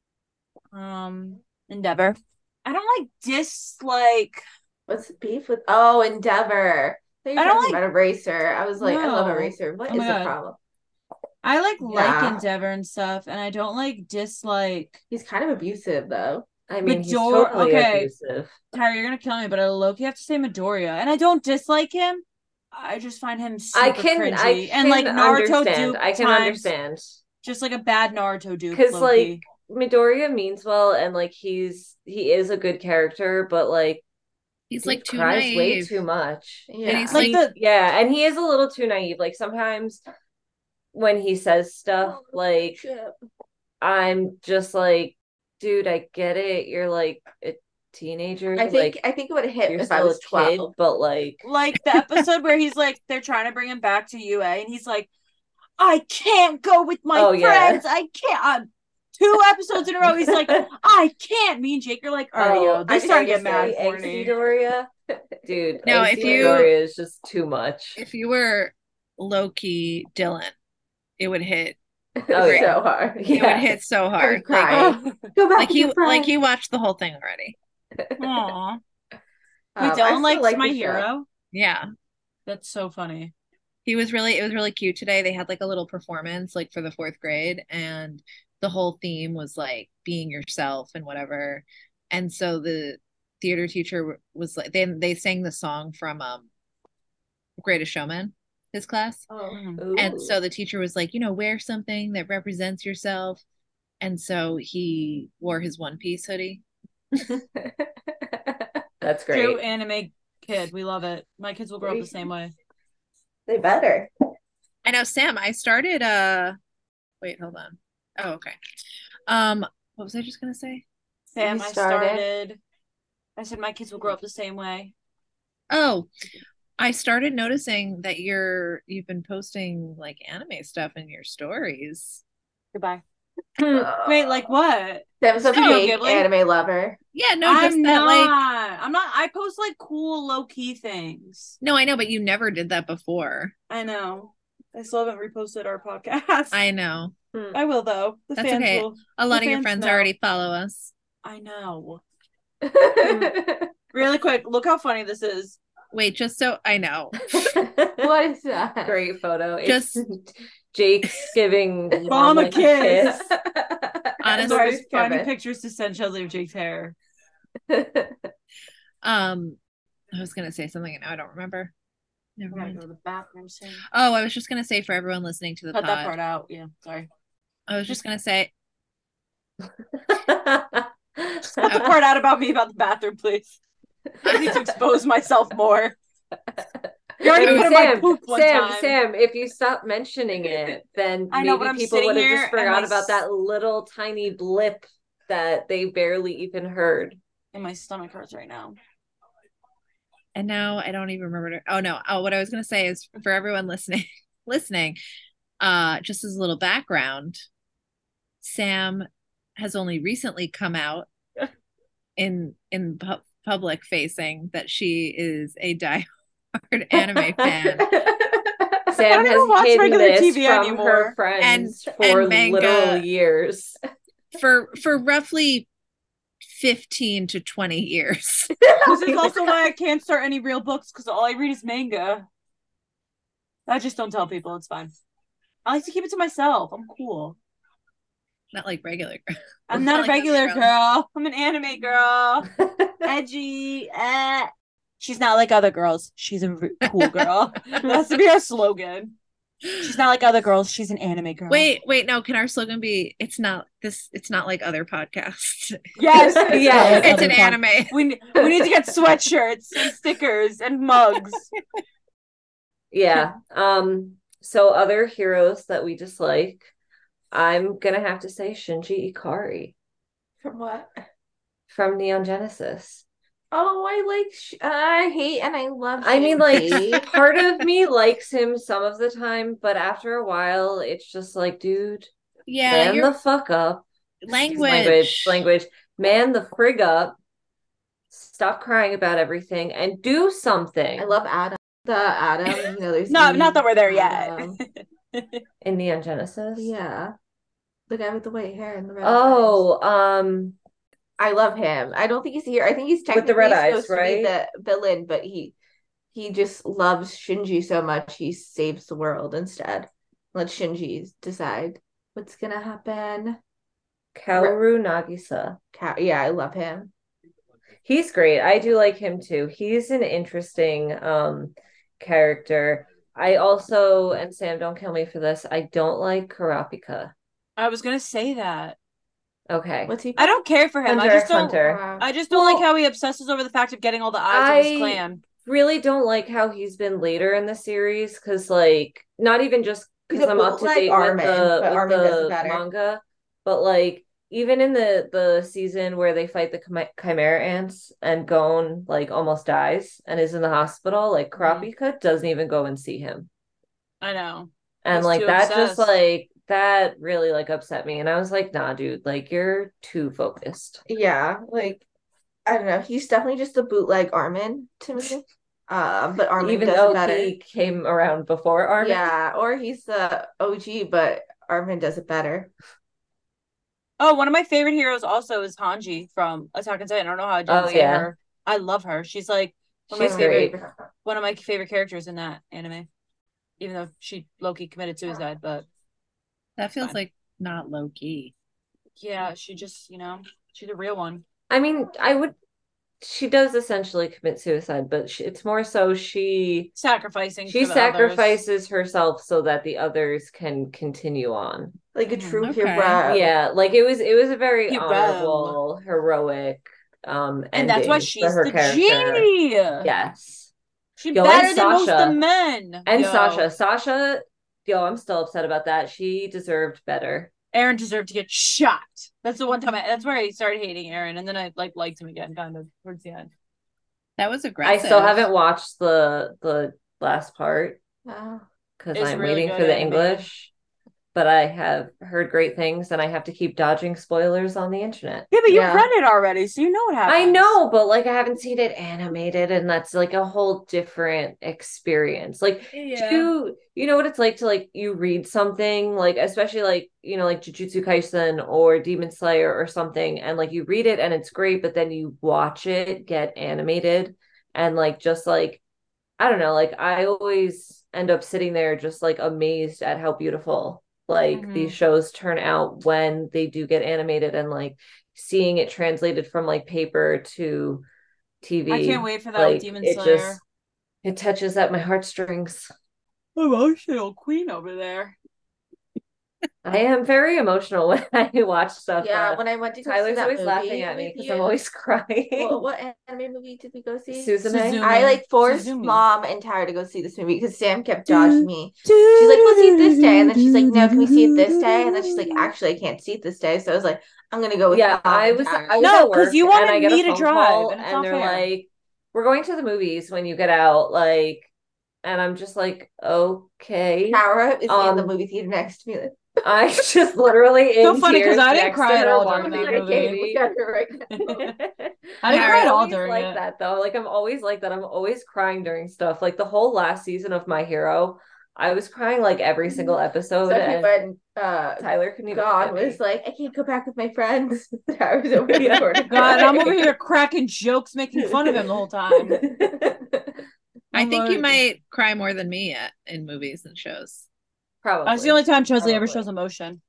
um endeavor i don't like dislike What's the beef with? Oh, Endeavor. I I thought don't you were talking about Eraser. I was like, I love No. Eraser. What Oh is my the God. problem? i like Yeah. like endeavor and stuff and i don't like dislike He's kind of abusive though. I mean, he's Major- totally okay. abusive. tyra you're gonna kill me but i low-key have to say midoriya and i don't dislike him i just find him super I can, cringy I can and like naruto understand. duke I can times, understand just like a bad naruto duke 'Cause, low-key. like, Midoriya means well, and like he's he is a good character, but like He's he like too cries naive. way too much. Yeah. And he's like, like, the Yeah, and he is a little too naive. Like sometimes when he says stuff, like I'm just like, dude, I get it. You're like a teenager. I think like I think it would have hit you're if still I was a kid, twelve. but like like the episode where he's like they're trying to bring him back to UA and he's like I can't go with my Oh, yeah. friends. I can't. I'm two episodes in a row. He's like, I can't. Me and Jake are like, all right, yo, Oh, I they started to get think I mad just for say angsty Doria. Dude, Now, angsty if you- Doria is just too much. if you were low key Dylan, it would hit. Oh, yeah. so hard. It would Yeah. hit so hard. cry. Oh, Like, Oh. Go back like with he your friend. like he watched the whole thing already. Aw. Um, I Wait, still Dylan likes like my the show. hero. Yeah. That's so funny. He was really it was really cute today. They had like a little performance like for the 4th grade and the whole theme was like being yourself and whatever. And so the theater teacher w- was like then they sang the song from um Greatest Showman his class. Oh. Mm-hmm. Ooh. And so the teacher was like, you know, wear something that represents yourself. And so he wore his one piece hoodie. that's True great. anime kid. We love it. My kids will grow up the same way. They better. I know, Sam, I started uh wait, hold on. Oh, okay. Um, what was I just gonna say? Sam, You I started? started. I said my kids will grow up the same way. Oh, I started noticing that you're you've been posting like anime stuff in your stories. Goodbye. Hmm. Wait, like what? Sam's Oh. a Studio fake Ghibli? anime lover. Yeah, no, I'm just that not. like I'm not. I post like cool low key things. no, I know, but you never did that before. I know. I still haven't reposted our podcast. I, I know. will though. The That's fans okay. will. A lot The of your fans friends know. already follow us. I know. Really quick, look how funny this is. Wait, just so I know. what is that? great photo. It's Just- Jake's giving Mom a Mama kiss. I'm Honestly, sorry, Sorry, finding Kevin. pictures to send Chelsea of Jake's hair. Um, I was gonna say something and now I don't remember. Never I'm gonna go mind. to the bathroom soon. Oh, I was just gonna say for everyone listening to the Cut Oh, that pod, part out. Yeah, sorry. I was just gonna say, Cut Oh. the part out about me about the bathroom, please. I need to expose myself more. You already Hey, put in my Sam, poop one Sam, time. Sam, if you stop mentioning it, then I maybe know, but I'm people sitting would have here just and forgot my about s- that little tiny blip that they barely even heard. And my stomach hurts right now. and now I don't even remember. To, oh no! Oh, what I was gonna say is for everyone listening, listening, uh, just as a little background, Sam has only recently come out in in pu- public facing that she is a diehard anime fan Sam don't even watch has hidden regular this TV from anymore. her friends for and manga. literal years. for for roughly fifteen to twenty years. This is also why I can't start any real books because all I read is manga. I just don't tell people. It's fine. I like to keep it to myself. I'm cool. Not like regular. I'm not Like a regular other girl. I'm an anime girl. Edgy. eh. She's not like other girls. She's a r- cool girl. that has to be our slogan. She's not like other girls. She's an anime girl. Wait, wait, no. Can our slogan be? It's not this. It's not like other podcasts. Yes. Yes. it's Other an pod- anime. We, ne- we need to get sweatshirts and stickers and mugs. Yeah. Um, so other heroes that we dislike, I'm gonna have to say Shinji Ikari From what? from Neon Genesis. Oh, I like. Sh- I hate and I love. I mean, Shinji. like, part of me likes him some of the time, but after a while, it's just like, dude, Yeah, man your the fuck up. Excuse language. language, language, man the frig up. Stop crying about everything and do something. I love Adam. The Adam, you know, there's No, Eve, not that we're there yet. Adam. in Neon Genesis. Yeah, the guy with the white hair and the red. eyes. Oh, um, I love him. I don't think he's here. I think he's With technically the red eyes, supposed to be the villain, but he he just loves Shinji so much he saves the world instead. Let Shinji decide what's gonna happen. Kaoru Nagisa. Ca- yeah, I love him. He's great. I do like him too. He's an interesting um character. I also, and Sam, don't kill me for this. I don't like Karapika. I was gonna say that. Okay. What's he? I don't care for him. Hunter I x just don't. uh, Hunter. I just don't like Well, how he obsesses over the fact of getting all the eyes of I- his clan. Really don't like how he's been later in the series because, like, not even just He's because a I'm up to bootleg date Armin, with the, but with Armin doesn't the matter. manga, but like even in the the season where they fight the Chima- chimera ants and Gon like almost dies and is in the hospital, like Mm-hmm. Mhm. Karapika doesn't even go and see him. I know. and He's like too that just obsessed. like that really like upset me and i was like nah dude like you're too focused Yeah, like I don't know. He's definitely just the bootleg Armin to me. Uh, but Armin even does though better. he came around before armin Yeah, or he's the OG, but Armin does it better. Oh, one of my favorite heroes also is Hanji from Attack on Titan. I don't know how I didn't Oh, say yeah. her. I love her. She's like one of She's my favorite, great. one of my favorite characters in that anime. Even though she Loki committed suicide, but That feels Fine. like not low key. yeah, she just you know she's a real one. i mean i would she does essentially commit suicide but she, it's more so she Sacrificing. she for the others. sacrifices herself so that the others can continue on Like a Mhm. true Okay. hero. yeah like it was it was a very Hero. honorable heroic um and that's why ending for she's her the character. G. yes She's Yo, and better than most of Sasha. the men. And Yo. Sasha, Sasha, yo, I'm still upset about that. She deserved better. Aaron deserved to get shot. That's the one time I that's where I started hating Aaron and then I like liked him again kind of towards the end. That was aggressive. I still haven't watched the the last part Wow. because It's I'm really waiting good for the anime. English, but I have heard great things, and I have to keep dodging spoilers on the internet. Yeah, but you've Yeah. read it already, so you know what I know, but like I haven't seen it animated, and that's like a whole different experience. Like to you know what it's like to like you read something like especially like you know like Jujutsu Kaisen or Demon Slayer or something and like you read it and it's great but then you watch it get animated and like just like I don't know like I always end up sitting there just like amazed at how beautiful like Mhm. these shows turn out when they do get animated and like seeing it translated from like paper to TV I can't wait for that like with Demon it Slayer. just it Oh, touches at my heartstrings Emotional queen over there. I am very emotional when I watch stuff. yeah, uh, when I went to go see Tyler's that always movie laughing at me with because you. I'm always crying. Well, what anime movie did we go see? Suzume. Suzume. I like forced Suzume. mom and Tyler to go see this movie because Sam kept Do- dodging me. She's like, "We'll see it this day," and then she's like, "No, can we see it this day?" And then she's like, "Actually, I can't see it this day." So I was like, "I'm gonna go with yeah, Mom I and was, Tyler." I was No, at 'cause work you and wanted I get me a to phone drive, call and it's and not they're fair. like, we're going to the movies when you get out. Like, and I'm just like, okay. Tara is in the Um, movie theater next to me. Like, I just literally So in funny 'cause tears I didn't next to cry at her all watching during that the movie. movie. we got it right now. I didn't Yeah, cry I at all always during like it. that though. Like I'm always like that. I'm always crying during stuff. Like the whole last season of My Hero, I was crying like every single episode. Especially And when uh, Tyler couldn't even. God look at me. was like, "I can't go back with my friends." Towers over the Yeah. corner. God, I'm over here cracking jokes, making fun of him the whole time. I think you Like, might cry more than me at, in movies and shows. Probably. That's the only time Chesley ever Probably. shows emotion.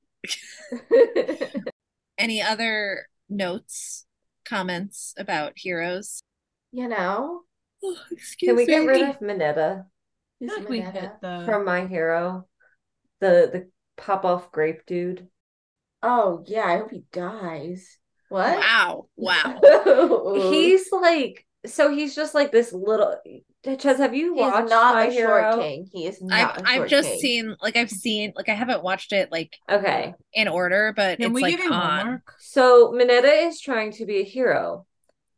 Any other notes, comments about heroes? you know, Oh, excuse Can we get me. rid of Minetta I who's feel like we Minetta? hit the. uh, from My Hero? The the pop off grape dude. Oh yeah, I hope he dies. What? Wow. Wow. He's like so he's just like this little Ches, have you He's watched My not a Hero? short king. He is not. I've a I've short just king. seen like I've seen like I haven't watched it like Okay. in order, but Can it's we like give him on. homework? So Minetta is trying to be a hero.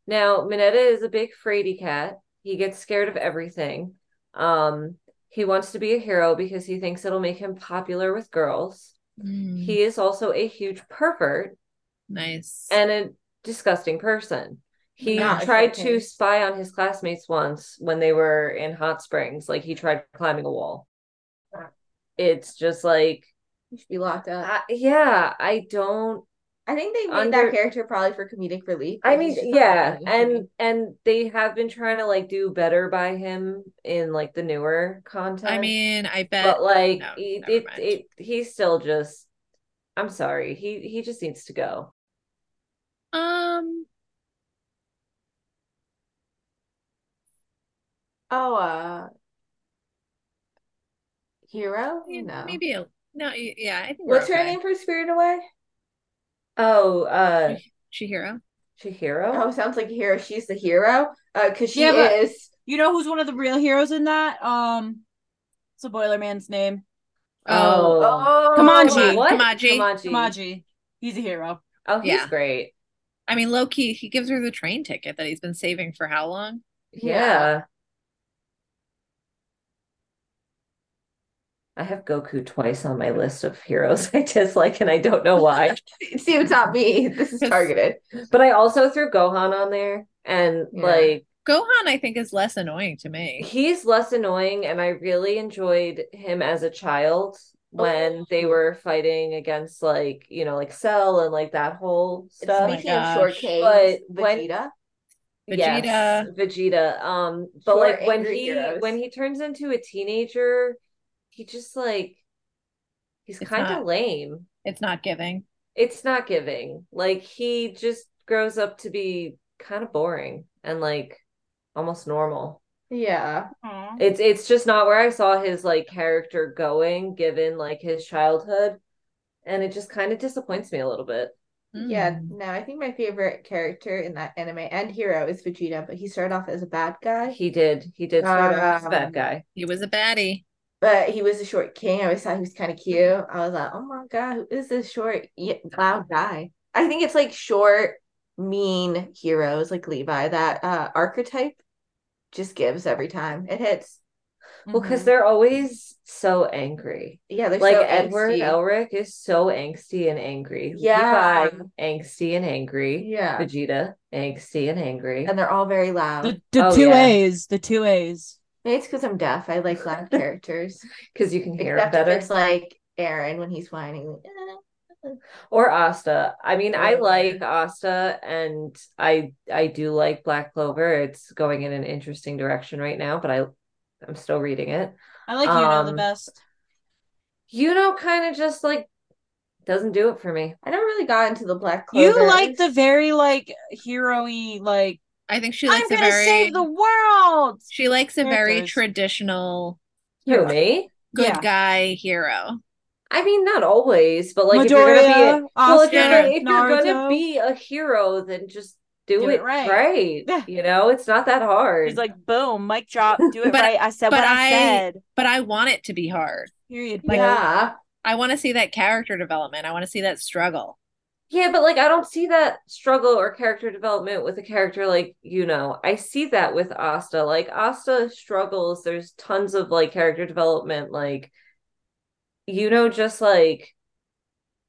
Now, Minetta is a big fraidy cat. He gets scared of everything. Um, he wants to be a hero because he thinks it'll make him popular with girls. Mm, He is also a huge pervert nice. and a disgusting person. He Not tried okay. to spy on his classmates once when they were in hot springs. Like he tried climbing a wall. It's just like, He should be locked up. I, yeah, I don't I think they made Under- that character probably for comedic relief. I Like, mean, he's just not yeah, funny. and and they have been trying to like do better by him in like the newer content. I mean, I bet but like no, it, never it, mind. it, he's still just. I'm sorry, he he just needs to go. um oh, uh, hero. yeah, no. maybe a- no y- yeah, I think we're What's her okay. name for Spirited Away? Oh, uh, Oh, Chihiro. Chihiro. sounds like a hero. She's the hero. Uh, cause she Yeah, but- is. You know who's one of the real heroes in that? Um, it's a boiler man's name. Oh, Oh, Kamanji. what? Kamaji. Kamaji. He's a hero. Oh, he's Yeah. great. I mean, low key, he gives her the train ticket that he's been saving for how long? Yeah. I have Goku twice on my list of heroes I dislike, and I don't know why. See, it's not me. This is targeted. but I also threw Gohan on there, and Yeah. like. Gohan, I think, is less annoying to me. He's less annoying, and I really enjoyed him as a child Oh. when they were fighting against like you know like Cell and like that whole stuff. Speaking of short gosh. kings, But when- Vegeta. Yes, Vegeta. Um, but Short, like when angry he heroes. when he turns into a teenager, he just like he's It's kind of not- lame. It's not giving. It's not giving. Like he just grows up to be kind of boring and like almost normal. Yeah. it's it's just not where I saw his like character going given like his childhood and it just kind of disappoints me a little bit. Yeah. Hmm. Mm. No, I think my favorite character in that anime and hero is Vegeta, but he started off as a bad guy. He did he did start off as a Um, bad guy. He was a baddie. But he was a short king. I always thought he was kind of cute. I was like, oh my God, who is this short, ye- loud guy? I think it's like short, mean heroes like Levi. That uh, archetype just gives every time. It hits. Well, because they're always so angry. Yeah, they're Like so Edward angsty. Elric is so angsty and angry. Yeah. Levi, angsty and angry. Yeah. Vegeta, angsty and angry. And they're all very loud. The, the Oh, two yeah. A's. The two A's. Maybe it's because I'm deaf. I like loud characters. Because you can hear it Except if better. it's like Aaron when he's whining. like, "Eh." or Asta. I mean, I Or- like Asta, and I I do like Black Clover. It's going in an interesting direction right now, but I I'm still reading it. I like you know the Um, best. You know, kind of just like doesn't do it for me. I never really got into the Black Clover. You like the very like hero-y, like I think she I'm likes a gonna very save the world. she likes a very characters. traditional You know me? good Yeah. guy hero. I mean, not always, but like if you're gonna be a, Midoriya, well, if you're Asuka, gonna, if you're gonna Naruto. be a hero, then just do, it, right. Yeah. You know, it's not that hard. He's like, boom, mic drop, do it But- right. I said but what I, I- said. But I want it to be hard. Period. like- yeah, I want to see that character development. I want to see that struggle. yeah, but like I don't see that struggle or character development with a character like you know. I see that with Asta. Like Asta struggles. There's tons of like character development. Like you know, just like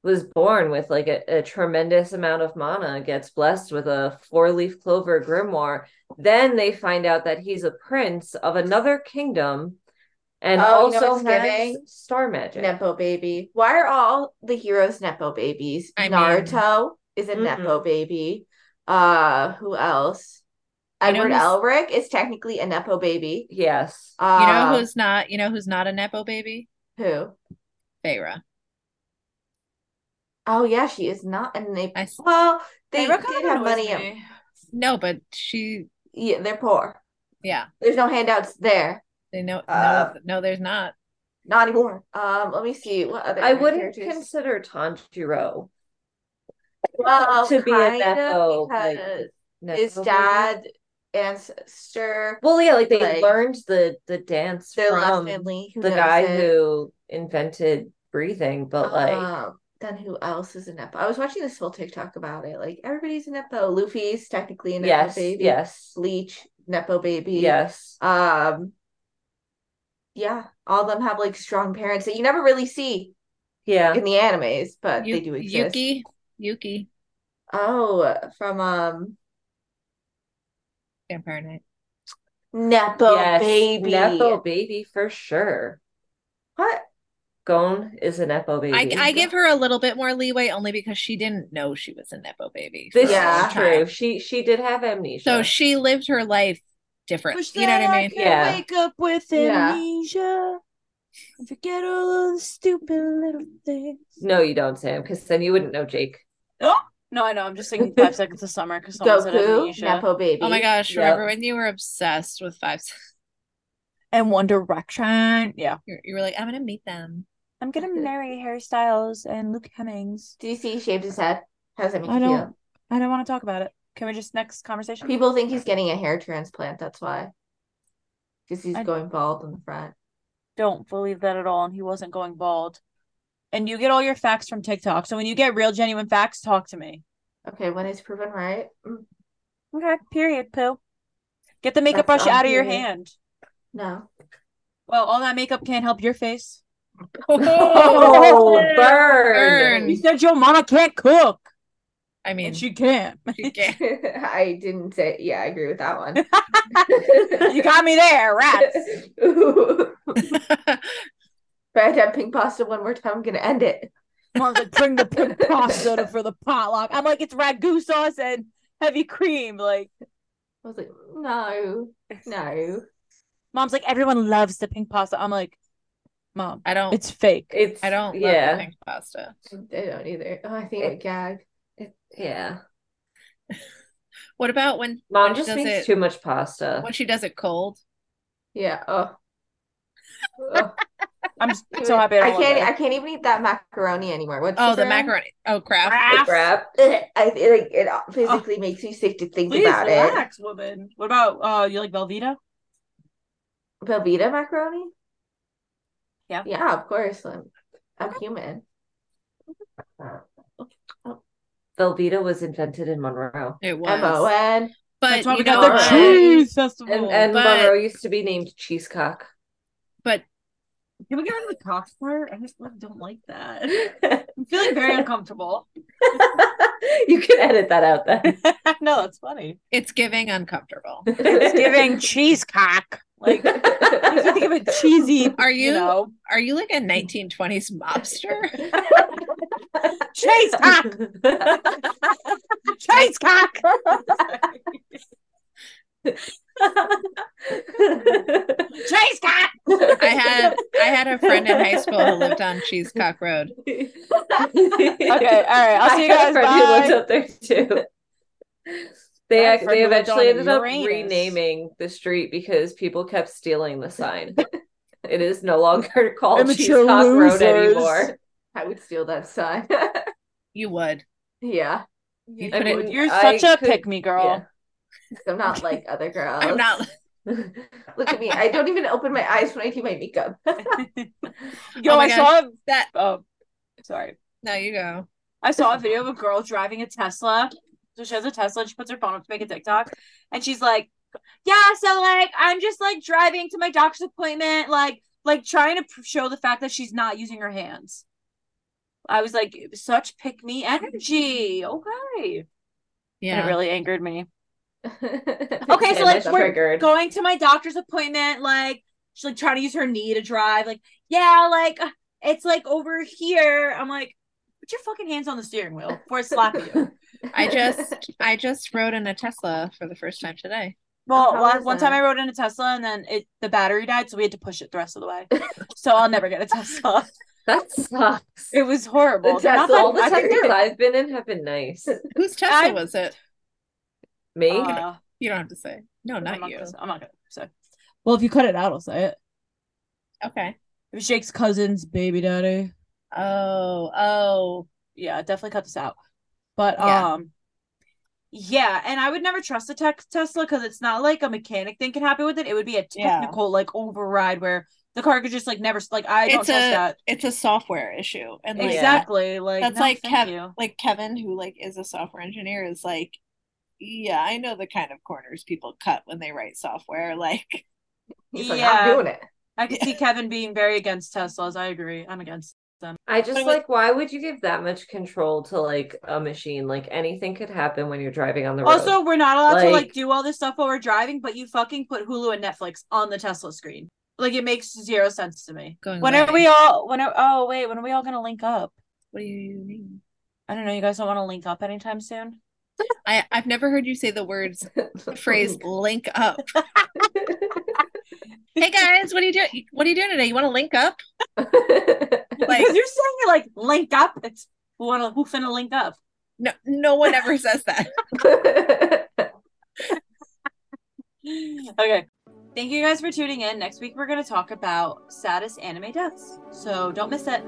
was born with like a, a tremendous amount of mana gets blessed with a four leaf clover grimoire then they find out that he's a prince of another kingdom and Oh, you know also what's has giving? star magic Nepo baby. Why are all the heroes Nepo babies? I mean- Naruto is a Mhm. Nepo baby. Uh who else? You know Edward who's- Elric is technically a Nepo baby. yes Uh You Ah. know who's not? You know who's not a nepo baby? who? Feyre. Oh yeah, she is not a Nepo. I s- Well, they Feyre did kinda have annoys money. me. No, but she. Yeah, they're poor. Yeah, There's no handouts there. they know. Uh, no, no, there's not. Not anymore. Um, let me see what other i wouldn't characters- consider tanjiro well, to be a kinda, Nepo, like, because Nepo his baby. dad ancestor well yeah like they like, learned the the dance their last from family who the knows guy it. who invented breathing but like Um, then who else is a Nepo? I was watching this whole TikTok about it. Like everybody's a Nepo. Luffy's technically a Nepo yes baby. yes Bleach, Nepo baby. yes Um yeah, all of them have like strong parents that you never really see yeah in the animes, but Yu- they do exist. Yuki, Yuki, Oh, from um Vampire Knight. Nepo yes, baby. Nepo baby for sure. What? Gone is a Nepo baby. I, I give her a little bit more leeway only because she didn't know she was a nepo baby. for this a Yeah. long is time. true. She she did have amnesia. So she lived her life different. Wish You know that what I mean? could Yeah. Wake up with Yeah. amnesia. and Forget all of the stupid little things. no, you don't, Sam, because then you wouldn't know Jake. No, I know. I'm just thinking five seconds of summer because someone said Goku, amnesia Nepo baby. Oh my gosh! Yep. Remember when you were obsessed with Five? Seconds? and One Direction. Yeah, You you were like, I'm gonna meet them. I'm gonna marry Harry Styles and Luke Hemmings. Do you see he shaved his head? How does that make I you don't. feel? I don't want to talk about it. Can we just next conversation? People think he's getting a hair transplant, that's why. Because he's I- going bald in the front. don't believe that at all, and he wasn't going bald. And you get all your facts from TikTok. So when you get real, genuine facts, talk to me. Okay, when it's proven right. Mm, Okay. Period. Poo. Get the makeup That's brush out on of your period. hand. No. Well, all that makeup can't help your face. Oh, burn. Burn. You said your mama can't cook, I mean, and she can't. she can't. I didn't say yeah, I agree with that one. You got me there, rats. Ooh. If I had to have pink pasta one more time, I'm gonna end it. Mom's like, bring the pink pasta to- for the potluck. I'm like, it's ragu sauce and heavy cream. Like, I was like, no, no. mom's like, everyone loves the pink pasta. I'm like, mom, I don't. it's fake. It's I don't. yeah. Love pink pasta. They don't either. Oh, I think it would gag. yeah. What about when Mom when she just does makes it too much pasta. when she does it cold? Yeah. Oh. Ugh. I'm so happy. I I, can't can't. I can't even eat that macaroni anymore. What's Oh, the brand? macaroni. Oh crap! The crap. Ugh. I feel like it physically makes me sick to think Oh. Please about it. relax, woman. What about uh, you like Velveeta? Velveeta macaroni? Yeah. Yeah, of course. I'm, I'm human. Velveeta was invented in Monroe. It was. M O N. But That's why you we know got the what? cheese festival. And and Oh, But- Monroe used to be named Cheesecock. But Can we get rid of the cock part? I just like, don't like that. I'm feeling very uncomfortable. you can edit that out then. no, that's funny. it's giving uncomfortable. It's giving cheese cock. Like, if you think of a cheesy, Are you- know, Are you like a 1920s mobster? cheese cock, cheese cock. Chase cat. I had I had a friend in high school who lived on Cheesecock Road. okay, Okay, all right. I'll see you guys. Who lived Bye. up there too. They I had a ac- friend they who lived on eventually ended up Uranus. renaming the street because people kept stealing the sign. it is no longer called Immature Cheesecock Road losers. anymore. I would steal that sign. You would. yeah. You I couldn't- mean, you're I such a could- pick me girl. So I'm not like other girls. I'm not. Look at me. I don't even open my eyes when I do my makeup. Yo, Oh my I saw a, That oh sorry. no, you go. I saw a video of a girl driving a Tesla. So she has a Tesla and she puts her phone up to make a TikTok and she's like, Yeah, so like I'm just like driving to my doctor's appointment, like like trying to pr- show the fact that she's not using her hands. I was like, such pick me energy. Okay. And it Yeah. really angered me. okay, so, like, we're Going to my doctor's appointment, like she's like trying to use her knee to drive, like, yeah, like uh, it's like over here. I'm like, put your fucking hands on the steering wheel before I slap you. I just I just rode in a Tesla for the first time today. Well, How one, was one time that? I rode in a Tesla and then it the battery died, so we had to push it the rest of the way. so I'll never get a Tesla. that sucks. It was horrible. The They're not Tesla- that- all the I think Teslas they're- I've been in have been nice. Whose Tesla I- was it? Me? Uh, You don't have to say. No, I'm not not you. gonna say- I'm not gonna say. Well, if you cut it out, I'll say it. Okay. It was Jake's cousin's baby daddy. Oh, oh. yeah, definitely cut this out. But Yeah. um yeah, and I would never trust a tech Tesla because it's not like a mechanic thing can happen with it. It would be a Yeah. technical like override where the car could just like never like I don't It's trust a- that. It's a software issue. And like Exactly. Like that's no, like thank Kev- you. like Kevin, who like is a software engineer, is like, yeah, I know the kind of corners people cut when they write software. Like, He's like, Yeah. I'm doing it. I could see Kevin being very against Teslas. I agree. I'm against I just But- like, why would you give that much control to like a machine? Like anything could happen when you're driving on the road. Also, we're not allowed to like Like- do all this stuff while we're driving, but you fucking put Hulu and Netflix on the Tesla screen. Like it makes zero sense to me. Going when are away. we all when are oh wait, when are we all gonna link up? what do you mean? I don't know, you guys don't want to link up anytime soon? I I've never heard you say the words the phrase link up. hey guys, what are you doing? What are you doing today? You want to link up? Like, because you're saying it like link up. It's who wanna who finna link up. no, no one ever says that. okay. Thank you guys for tuning in. Next week we're gonna talk about saddest anime deaths. So don't miss it.